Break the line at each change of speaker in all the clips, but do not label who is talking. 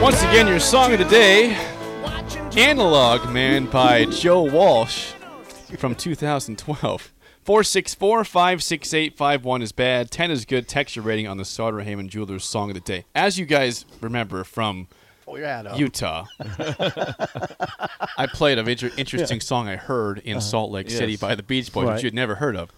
Once again, your song of the day, Analog Man by Joe Walsh from 2012. 464 568 51 is bad. 10 is good. Texture rating on the Sauter Heyman Jewelers song of the day. As you guys remember from
Oh,
Pull your hat up.
Utah, I played an inter- interesting song I heard in Salt Lake City
Yes.
by the Beach Boys,
Uh-huh. Right.
which you'd never heard of.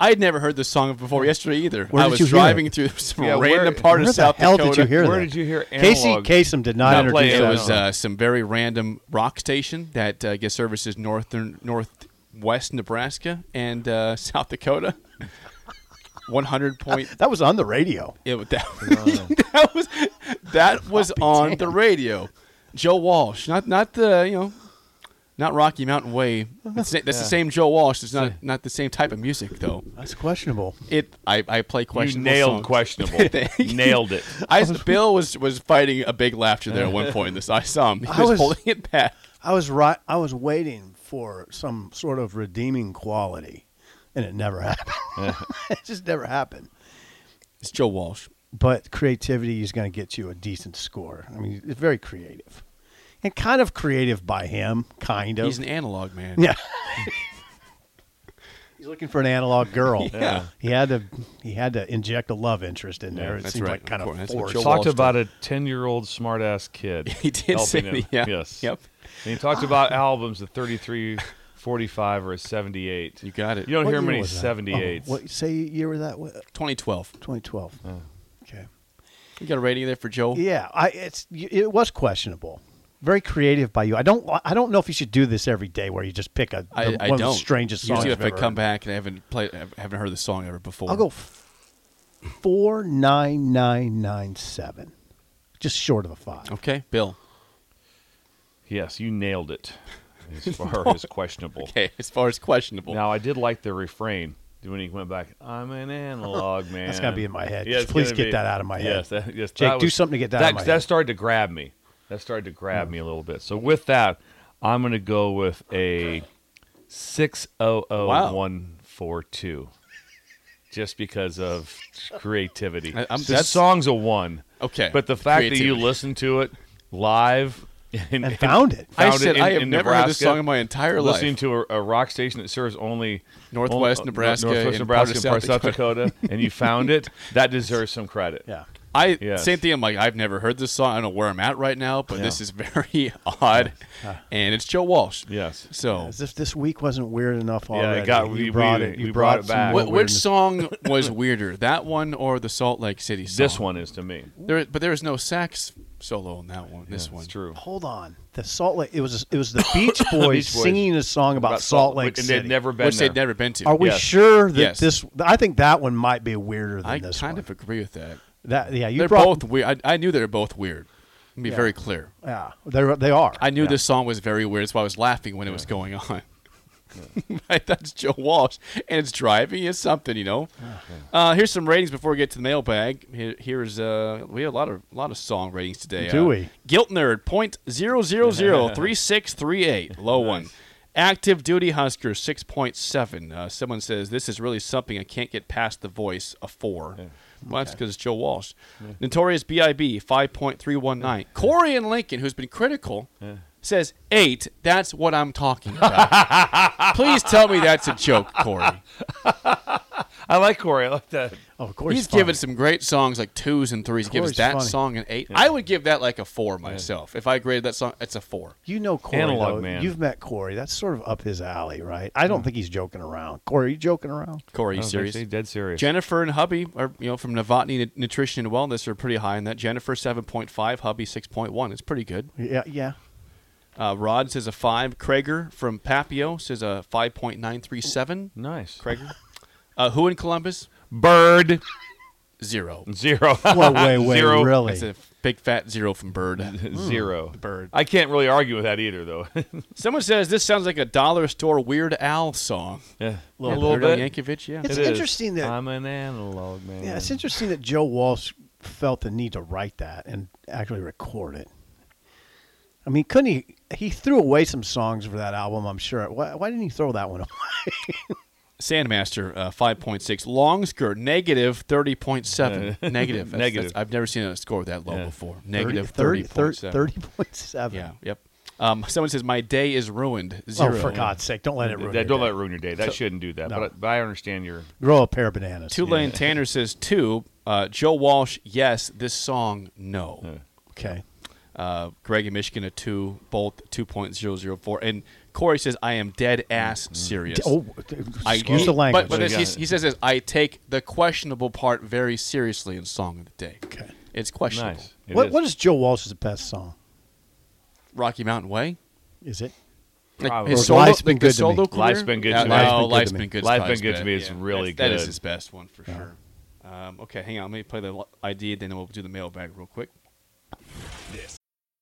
I'd never heard this song before yesterday either.
Where
I
did
was
you hear it?
driving through some
Yeah, where-
random part
Where
of
the
South
hell
Dakota.
did you hear
Where
that?
did you hear
Casey
analog?
Kasem did not,
Not
introduce
play
It
that.
was uh, some very random rock station that uh, gets services northern northwest Nebraska and uh, South Dakota. One hundred point.
that was on the radio.
It, was- that, that was that was on the radio. Joe Walsh, not not the you know, not Rocky Mountain Way. That's, that's the same Joe Walsh. It's not not the same type of music though.
That's questionable.
It I, I play
You
questionable.
nailed
songs.
questionable. nailed it.
I, Bill was was fighting a big laughter there at one point. in This I saw him. He
I
was
was-
holding it back.
I was right. I was waiting for some sort of redeeming quality, and it never happened. it just never happened.
It's Joe Walsh.
But creativity is going to get you a decent score. I mean, it's very creative, and kind of creative by him. Kind of.
He's an analog man.
yeah. He's looking for an analog girl.
Yeah.
He had to. He had to inject a love interest in there. it
that's
seemed
right.
like kind
Of course,
of
that's what
forced.
Joe
talked
Wallstrom.
about a 10 year old smart ass kid.
He did
helping
say,
him.
yeah,
Yes.
yep. Ah.
And he talked about albums, a 33, 45, or a 78.
You got it.
You don't
What
hear
year
many
was that?
78s.
Oh, what say year was that? What,
2012.
2012.
Oh.
Okay.
You got a rating there for Joe?
Yeah, I it's it was questionable. Very creative by you. I don't I don't know if you should do this every day where you just pick a
I,
one
I
of
don't.
the strangest songs.
Usually,
I've
if I
ever
come
heard.
back and I haven't played, I haven't heard the song ever before.
I'll go four nine nine nine seven, just short of a five.
Okay, Bill.
Yes, you nailed it as far as questionable.
Okay, as far as questionable.
Now, I did like the refrain when he went back, I'm an analog man.
That's gotta be in my head.
Yeah,
Just
it's
please
gonna
get
be-
that out of my head.
Yes, that, yes,
Jake,
that
do
was-
something to get that out of my
that
head. Hmm.
started to grab me. That started to grab me a little bit. So with that, I'm going to go with a six zero zero one four two, just because of creativity.
I- I'm-
the
that's-
song's a one.
Okay,
but the fact that
creativity.
you listened to it live and,
And found it.
I
found
said
in-
I have
in
never heard this
Nebraska,
song in my entire life.
listening to a, a rock station that serves only
Northwest
only-
Nebraska
Northwest
and part of
Nebraska, and part of
South
South Dakota, and you found it. That deserves some credit.
Yeah.
I
Yes.
same thing. I'm like, I've never heard this song. I don't know where I'm at right now, but this is very odd, and it's Joe Walsh.
Yes.
So,
As if this week wasn't weird enough
it
already.
got-
you
we- we-
brought it.
we
You brought
brought it
some
back.
wh-
more
What-
which
weirdness.
song was weirder, that one or the Salt Lake City song?
This one is to me.
There, but there is no sax solo on that one. This one.
It's true.
Hold on. The Salt Lake. It was it was the Beach Boys,
Beach Boys.
singing a song about, Salt Lake
and
City.
they'd never been
Which
there.
they'd never been to.
Are we
Yes.
sure that
Yes.
this? I think that one might be weirder than
I
this
kind
one.
of agree with that.
that yeah, you
they're
brought,
both weird. I, I knew they were both weird. Let me be very clear.
Yeah, they they are.
I knew this song was very weird. That's why I was laughing when it was going on. I thought it's Joe Walsh, and it's driving is something, you know. Uh, here's some ratings before we get to the mailbag. Here, here's uh, we had a lot of a lot of song ratings today.
Do
Uh,
we?
Guilt nerd point zero zero zero three six three eight low one. Active duty Husker six point seven. Uh, someone says this is really something I can't get past the voice a four. Well, that's because it's Joe Walsh. Notorious B.I.B. five point three one nine. Corey and Lincoln, who's been critical, says eight. That's what I'm talking about. Please tell me that's a joke, Corey.
I like Corey. I like that.
oh, of course,
He's
funny.
given some great songs like twos and threes. He gives
Corey's
that
funny.
song an eight. I would give that like a four myself. If I graded that song, it's a four.
You know Corey,
Analog
though.
man.
You've met Corey. That's sort of up his alley, right? I don't think he's joking around. Corey, you joking around?
Corey, you
Oh,
serious?
actually, Dead serious.
Jennifer and hubby are you know from Novotny Nu- Nutrition and Wellness are pretty high in that. Jennifer seven point five, hubby six point one. It's pretty good.
Yeah, yeah.
Uh, Rod says a five. Krager from Papio says a five point nine three seven.
nice.
Krager. Uh, who in Columbus?
Bird.
Zero.
Zero.
Well, wait, wait,
Zero.
really?
That's a big fat zero from Bird.
Zero.
Hmm. Bird.
I can't really argue with that either, though.
Someone says this sounds like a dollar store Weird Al song.
yeah. A
Weird Al Yankovic, yeah.
It's
It is.
interesting that-
I'm an analog man.
Yeah, it's interesting that Joe Walsh felt the need to write that and actually record it. I mean, couldn't he? He threw away some songs for that album. I'm sure. Why, why didn't he throw that one away?
Sandmaster, uh, 5.6. Long skirt, negative 30.7. Negative. That's-
Negative.
that's- I've never seen a score that low
Yeah.
before. Negative
30,
30.7.
30.7.
Yeah, yep. Um, someone says, My day is ruined.
Oh,
Zero.
for God's sake, don't let it ruin.
That-
your
don't
day.
let it ruin your day. That shouldn't do that.
No.
But, but I understand your.
grow a pair of bananas.
Tulane Tanner says, Two. Uh, Joe Walsh, yes. This song, no.
Okay.
Uh, Greg in Michigan, a two. Bolt, 2.004. And Corey says, I am dead ass serious.
Oh,
I-
excuse
he-
the language.
But, but
Yeah.
he, he says this: I take the questionable part very seriously in Song of the Day.
Okay.
It's questionable.
Nice. It
what
is.
what is Joe Walsh's best song?
Rocky Mountain Way.
Is it?
Probably.
His Life's Been
the
Good to
solo
Me.
career?
Life's Been Good
No,
to Me.
no,
Life's
Life's
Been
Been
Good
Good.
to Me. Life's
Life's
Been Good to Me is really
That is
good.
his best one for sure. Um, okay, hang on. Let me play the ID, then we'll do the mailbag real quick.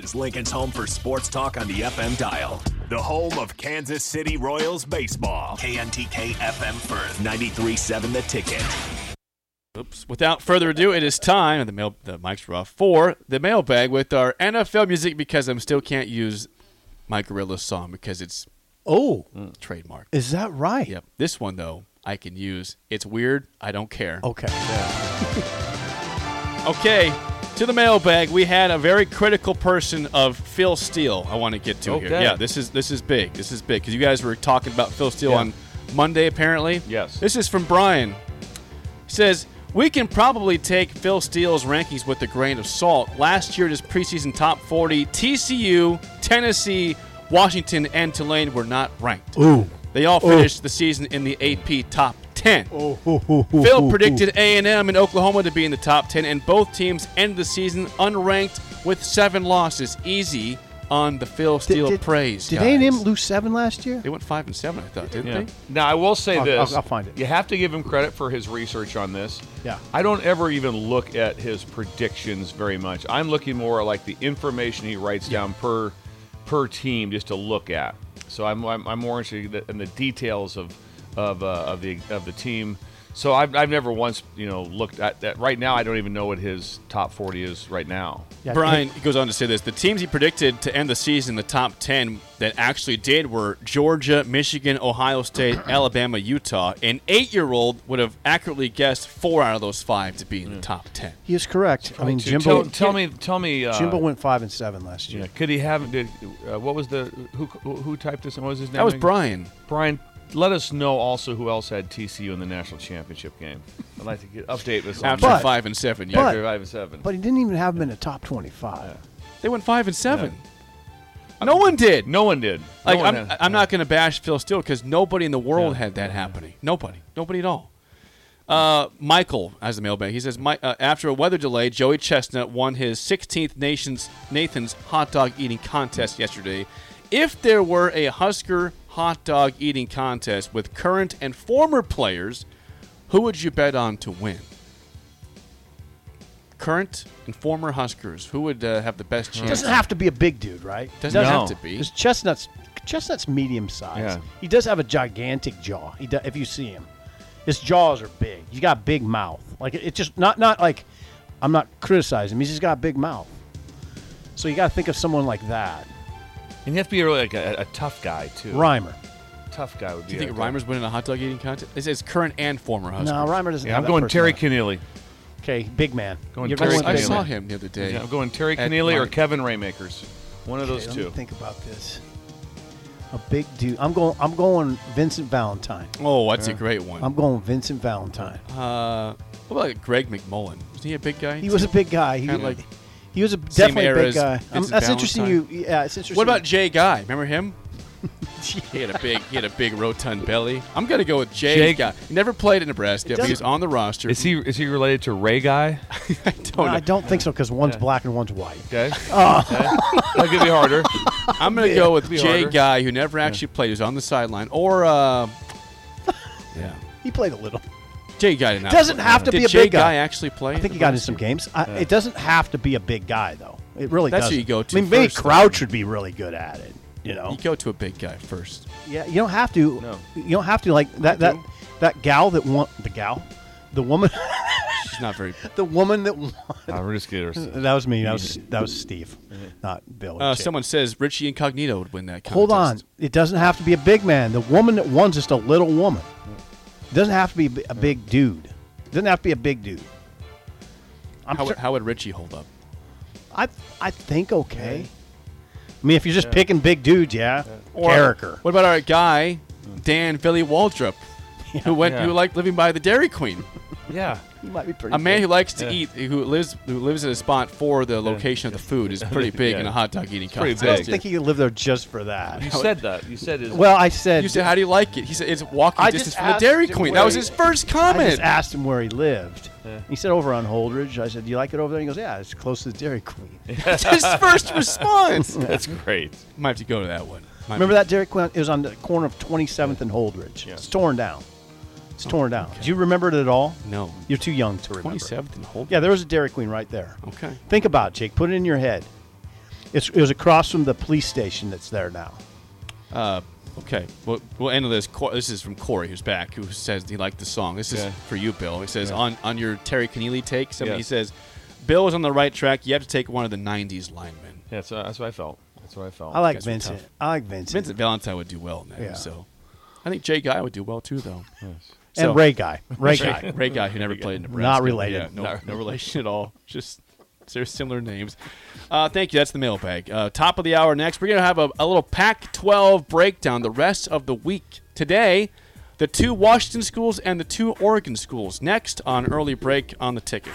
This is Lincoln's home for sports talk on the FM dial. The home of Kansas City Royals baseball. KNTK FM Firth, 93.7 The Ticket.
Oops. Without further ado, it is time. The mail, the mic's rough for the mailbag with our NFL music because I'm still can't use my Gorilla song because it's
Oh,
Mm. trademark.
is that right?
Yep. This one though, I can use. It's weird. I don't care.
Oh.
Okay.
Okay, to the mailbag. We had a very critical person of Phil Steele. I want to get to here.
Okay.
Yeah, this is this is big. This is big because you guys were talking about Phil Steele
Yeah.
on Monday apparently.
Yes.
This is from Brian. He says we can probably take Phil Steele's rankings with a grain of salt. Last year, his preseason top 40, TCU, Tennessee, Washington, and Tulane were not ranked.
Ooh.
They all finished the season in the AP top 10. Phil predicted A&M and Oklahoma to be in the top 10, and both teams ended the season unranked with seven losses. Easy on the Phil Steele praise.
Did
guys.
A&M lose seven last year?
They went five and seven, I thought, didn't
Yeah.
they?
Now I will say
I'll-
this:
I'll- I'll find it.
You have to give him credit for his research on this.
Yeah.
I don't ever even look at his predictions very much. I'm looking more at like the information he writes down per per team just to look at. So I'm I'm, I'm more interested in the- in the details of of, uh, of the of the team. So I've, I've never once you know looked at that. Right now, I don't even know what his top 40 is right now.
Yeah,
Brian goes on to say this: the teams he predicted to end the season in the top ten that actually did were Georgia, Michigan, Ohio State, Alabama, Utah. An eight-year-old would have accurately guessed four out of those five to be in the top ten.
He is correct. I mean,
To
Jimbo.
tell, tell me, tell me, uh,
Jimbo went five and seven last year.
Yeah, could he have? Did uh, what was the who who who typed this? And what was his name?
That was
again?
Brian.
Brian, let us know also who else had TCU in the national championship game. I'd like to get update this on
After
that.
But-
five and seven, yeah,
but-
after five and seven.
But he didn't even have him in the top twenty-five.
they went five and seven. No one did.
no one did. No
Like
one
I'm,
had-
I'm not going to bash Phil Steele because nobody in the world had that happening. Nobody, nobody at all. Uh, Michael has the mailbag. He says, "My- uh, after a weather delay, Joey Chestnut won his 16th nation's Nathan's hot dog eating contest yesterday. If there were a Husker hot dog eating contest with current and former players, who would you bet on to win? Current and former Huskers, who would uh, have the best chance?
Doesn't have to be a big dude, right?
Doesn't
No.
have to be.
Because chestnuts, chestnuts, medium size.
Yeah.
He does have a gigantic jaw. He do, if you see him, his jaws are big. He's got a big mouth. Like it- it just not not like I'm not criticizing him. He's just got a big mouth. So you got to think of someone like that.
And you have to be really like a, a tough guy too.
Reimer.
Tough guy would be.
Do you think
a-
Reimer's winning a hot dog eating contest? It's his current and former
No,
husband.
Reimer doesn't.
Yeah,
have
I'm
that
going Terry
personality.
Keneally.
Okay, big man.
Going
You're
Terry
going
I, I
big
Keneally.
saw
man.
him the other day.
Yeah, I'm going Terry
At
Keneally or
Miami.
Kevin Raymakers. One of those
Okay, let
two.
me think about this. A big dude. I'm going. I'm going Vincent Valentine.
Oh, that's a great one.
I'm going Vincent Valentine.
Uh, what about like Greg McMullen? Was he a big guy?
He was a big guy. He,
Kinda like
he was a, definitely a
era
big
as
guy. Um,
Vincent
that's interesting. You.
Valentine.
Yeah, it's interesting.
What about Jay Guy? Remember him? He had a big, he had a big rotund belly. I'm gonna go with Jay,
Jay-
Guy. He never played in Nebraska, but he was
doesn't-
on the roster.
Is he is he related to Ray Guy?
I don't
No,
know.
I don't think so because one's black and one's white.
Okay.
Oh.
okay. That could be harder.
I'm gonna go with
Be
Jay
harder.
Guy, who never actually played. He was on the sideline, or uh, yeah,
He played a little.
Jay Guy did not.
Doesn't
play.
have to
Did
be a
Jay
big guy.
actually play?
I think he got in some games. I, It doesn't have to be a big guy though. It really
That's who
doesn't.
you go to
I mean, maybe
first, though.
Crouch would be really good at it. You know.
You go to a big guy first.
Yeah, you don't have to.
No.
You don't have to like that. That that gal that won the gal, the woman,
She's not very.
the woman that won.
Nah, we're just kidding.
That was me. That was that was Steve, not Bill. or
Uh-huh. Uh,
Jay.
someone says Richie Incognito would win that. Contest.
Hold on. It doesn't have to be a big man. The woman that won's just a little woman. It doesn't have to be a bi- a
Uh-huh.
big dude. It doesn't have to be a big dude. I'm
How,
sure,
would how would Richie hold up?
I I think okay. I mean, if you're just picking big dudes, yeah, character.
What about our guy, Dan Billy Waldrop, who went
Yeah.
who liked living by the Dairy Queen?
Yeah.
He might be pretty.
A man who likes to
Yeah.
eat, who lives who lives in a spot for the location of the food, is pretty big
Yeah.
in a hot dog eating
pretty
contest.
I don't
big.
think he could live there just for that.
You said that. You said it.
Well, I said.
You said, "How do you like it?" He said, "It's walking
I
distance
just
from the
asked
Dairy
him
Queen."
where
That was
he-
his first
I
comment.
just asked him where he lived. He said over on Holdridge. I said, "Do you like it over there?" He goes, "Yeah, it's close to the Dairy Queen."
That's his first response.
That's great.
Might have to go to that one. Might
Remember
be-
that Dairy Queen? It was on the corner of 27th and Holdridge. It's torn down. It's torn down. Do you remember it at all?
No.
You're too young to remember.
27th and Holdridge.
Yeah, there was a Dairy Queen right there.
Okay.
Think about it, Jake. Put it in your head. It's, it was across from the police station that's there now.
Okay, we'll, we'll end with this. Cor- This is from Corey, who's back, who says he liked the song. This
Okay.
is for you, Bill. He says on, on your Terry Keneally take, somebody
Yeah.
he says, Bill was on the right track. You have to take one of the '90s linemen.
Yeah, so that's what I felt. That's what I felt.
I like
guys were
Vincent.
tough.
I like Vincent.
Vincent Valentine would do well in that.
Yeah.
So, I think Jay Guy would do well too, though.
and
So-
Ray guy. Ray guy.
Ray Guy, who never played in Nebraska.
Not related.
Yeah, no, no relation at all. Just they're similar names. Uh, thank you. That's the mailbag. Uh, top of the hour next. We're going to have a, a little Pac 12 breakdown the rest of the week. Today, the two Washington schools and the two Oregon schools. Next on Early Break on the Ticket.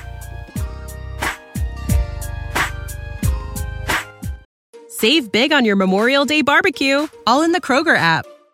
Save big on your Memorial Day barbecue, all in the Kroger app.